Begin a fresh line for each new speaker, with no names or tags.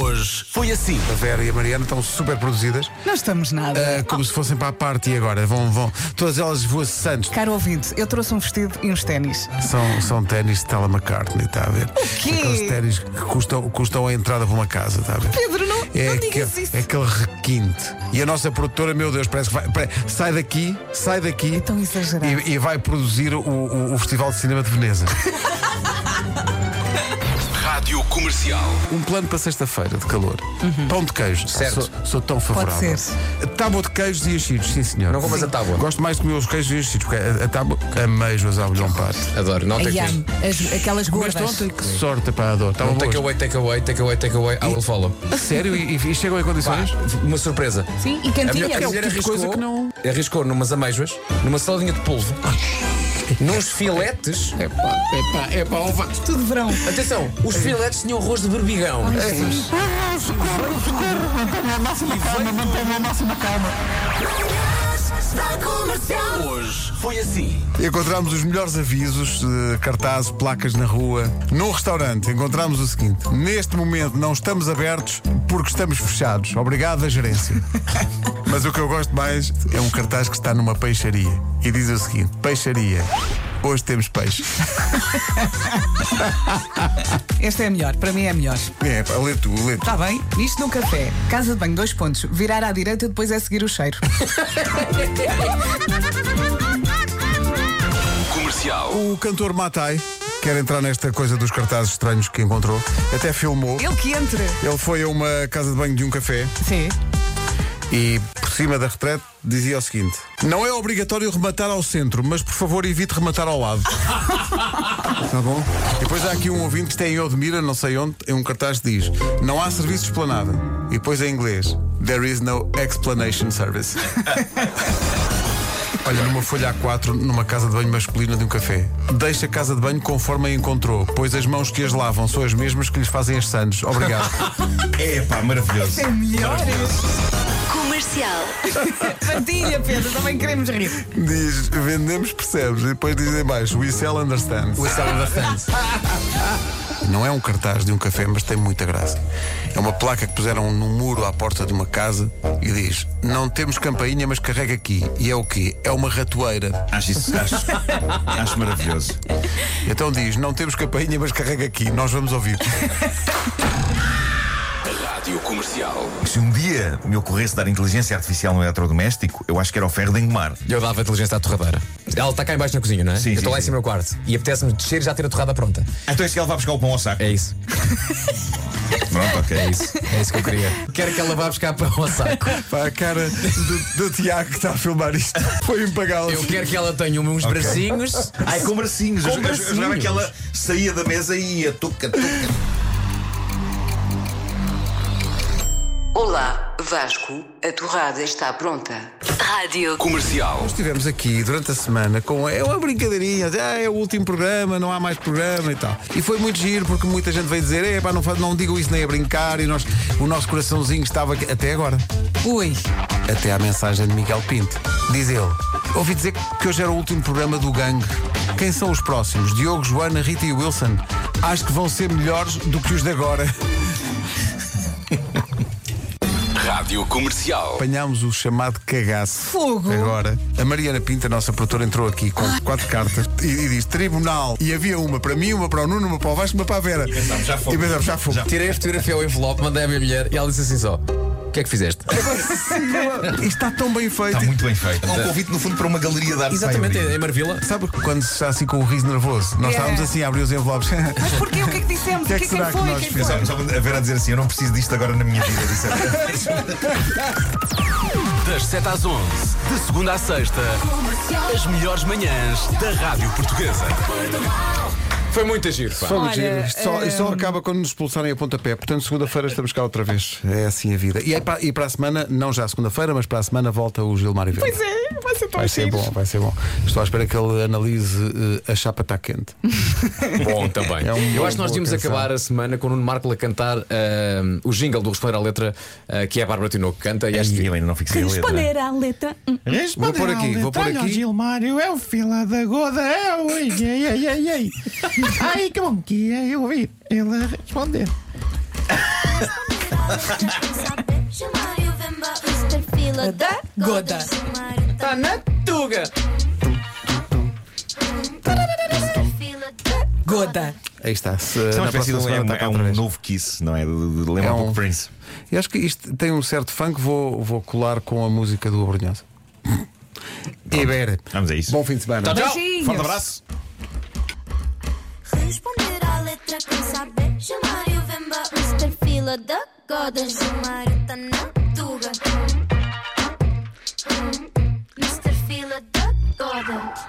Hoje foi assim. A Vera e a Mariana estão super produzidas,
Não estamos nada.
ah, como se fossem para a parte e agora vão, vão. Todas elas voaçantes.
Caro ouvinte, eu trouxe um vestido e uns ténis.
São, são ténis de Stella McCartney, está a ver?
quê?
Aqueles ténis que custam, custam a entrada para uma casa, está a ver?
Pedro, não,
É,
não
aquele,
digas isso.
é aquele requinte. E a nossa produtora, meu Deus, parece que vai. pare- sai daqui, sai daqui.
É tão exagerado.
e, e vai produzir o, o- o Festival de Cinema de Veneza.
Rádio Comercial.
Um plano para sexta-feira de calor. Pão de queijo.
Certo.
Sou, sou tão favorável.
Uhum. Pode ser.
Tábua de queijos e enchidos, sim senhor.
Não comas
Sim.
a tábua.
Gosto mais de comer os queijos e enchidos, porque a, a tábua amei-os ao milhão par.
Adoro, não tem
Ai,
é que
ai, as- aquelas
Mas
gordas.
ontem que sorte para a dor. Estava
Não
boa.
take away, take away, take away, take away, I will follow.
Sério? E, e chegam em
Pá,
condições?
uma surpresa.
Sim, e
A mulher,
cantinhas.
a
o tipo
mulher
de
arriscou,
coisa que não-
arriscou numas ameijoas, numa saladinha de polvo, nos filetes.
É para ova.
Tudo verão.
Atenção, os filetes tinham arroz de berbigão.
Encontramos os melhores avisos, eh, cartazes, placas na rua. Num restaurante, encontramos o seguinte: neste momento não estamos abertos porque estamos fechados. Obrigado à gerência. Mas o que eu gosto mais é um cartaz que está numa peixaria e diz o seguinte: peixaria. Hoje temos peixe.
Esta é a melhor, para mim é a melhor.
É, pá, lê tu, lê tu.
Está bem? Isto num café. Casa de banho, dois pontos. Virar à direita, depois é seguir o cheiro.
Comercial.
O cantor Matai quer entrar nesta coisa dos cartazes estranhos que encontrou. Até filmou.
Ele que entra.
Ele foi a uma casa de banho de um café
Sim.
E por cima da retrete dizia o seguinte: Não é obrigatório rematar ao centro, mas por favor evite rematar ao lado. Está bom? E depois há aqui um ouvinte que está em Odmira, não sei onde, em um cartaz que diz: Não há serviço de esplanada. E depois em inglês: There is no explanation service. Olha, numa folha A4, numa casa de banho masculina de um café. Deixa a casa de banho conforme a encontrou, pois as mãos que as lavam são as mesmas que lhes fazem as sandes. Obrigado.
É pá, maravilhoso.
É melhor.
Comercial.
Partilha, Pedro, também queremos rir.
Diz, vendemos, percebes? E depois diz em baixo, we sell understands.
O salão da fans.
Não é um cartaz de um café, mas tem muita graça. É uma placa que puseram num muro à porta de uma casa e diz, não temos campainha, mas carrega aqui. E é o quê? É uma ratoeira.
Acho isso, acho, acho maravilhoso.
Então diz, não temos campainha, mas carrega aqui. Nós vamos ouvir.
Rádio Comercial.
Se um dia me ocorresse dar inteligência artificial no eletrodoméstico, eu acho que era o ferro de engomar.
Eu dava inteligência à torradeira. Ela está cá em baixo na cozinha, não é?
Sim,
eu
sim,
estou lá em
sim.
cima no quarto. E apetece-me descer e já ter a torrada pronta.
Então é que ele vai buscar o pão ao saco.
É isso.
Pronto, ok. É isso.
É isso que eu queria. Quero que ela vá buscar pão ao saco.
Para a cara do, do Tiago que está a filmar isto. Foi impagável.
Eu quero que ela tenha um- uns bracinhos.
Ai, com bracinhos. Eu- eu- Eu jurava
bracinhos.
que ela saía da mesa e ia tuca, tuca.
Olá, Vasco, a torrada está pronta.
Rádio
Comercial.
Estivemos aqui durante a semana com é uma brincadeirinha, de, ah, é o último programa, não há mais programa e tal. E foi muito giro porque muita gente veio dizer, é pá, não, fa- não digam isso nem a brincar e nós, o nosso coraçãozinho estava aqui- até agora,
Ui,
até à mensagem de Miguel Pinto. Diz ele, ouvi dizer que hoje era o último programa do gangue. Quem são os próximos? Diogo, Joana, Rita e Wilson. Acho que vão ser melhores do que os de agora.
Rádio Comercial.
Apanhámos o chamado cagaço.
Fogo. Ah.
Agora, a Mariana Pinta, a nossa produtora, entrou aqui com quatro cartas e, e diz tribunal. E havia uma para mim, uma para o Nuno, uma para o Vasco, uma para a Vera. E
pensámos, já fomos.
pensámos, já fomos.
Tirei a fotografia ao envelope, mandei à minha mulher e ela disse assim só: O que é que fizeste?
Isto está tão bem feito.
Está muito bem feito. É um convite, no fundo, para uma galeria de arte sem
Exatamente, é,
abrir.
em Marvila.
Sabe quando se está assim com o riso nervoso? Nós
É.
estávamos assim a abrir os envelopes.
mas porquê? O que é que dissemos?
Que é
O
que
que é que
será que
foi?
nós
Quem
fizemos?
foi?
Pensámos a ver a dizer assim: eu não preciso disto agora na minha vida. Disse a Vera.
Das 7 às 11. De segunda à sexta. As melhores manhãs da Rádio Portuguesa.
Foi muito giro, pá.
Foi muito
Olha, ehm,
giro. Isto só, isto só acaba quando nos expulsarem a pontapé. Portanto, segunda-feira estamos cá outra vez. É assim a vida. E, é para, e para a semana, não já segunda-feira, mas para a semana volta o Gilmar e Vera.
Pois é, vai ser tão
Vai ser
giro.
bom, vai ser bom. Estou à espera que ele analise eh, a chapa está quente.
Bom também.
É um bom-
eu acho que nós
boa
devíamos
canção.
acabar a semana com o Nuno Marco a cantar ahm, o jingle do Responder à Letra, ah, que é a Bárbara Tinoco que canta. E acho que-
Eu ainda não fico sem a letra.
Responder à letra. Hum.
Vou pôr aqui, vou pôr aqui.
Gilmário é o fila da goda, é o ei, ei, ei, ei, ei. Ai, que bom que é eu ouvir ele a responder.
Da
Goda.
Tá na tuga!
Goda.
Aí está. Se,
Isso é uma
na
espécie de
próxima
um, é
semana
um,
está Tá
é
cá
um
outra vez.
novo kiss, não é? De- de- de- Lembra
É
um
um-
pouco Prince.
Eu acho que isto tem um certo funk, vou, vou colar com a música do Abrunhosa. Iber.
Vamos a isso.
Bom fim de semana.
Tchau, tchau!
Beijinhos.
Forte abraço.
Responder à letra quem sabe Chamar e o Vemba Mr. Fila da Goda Chamar tá na tuga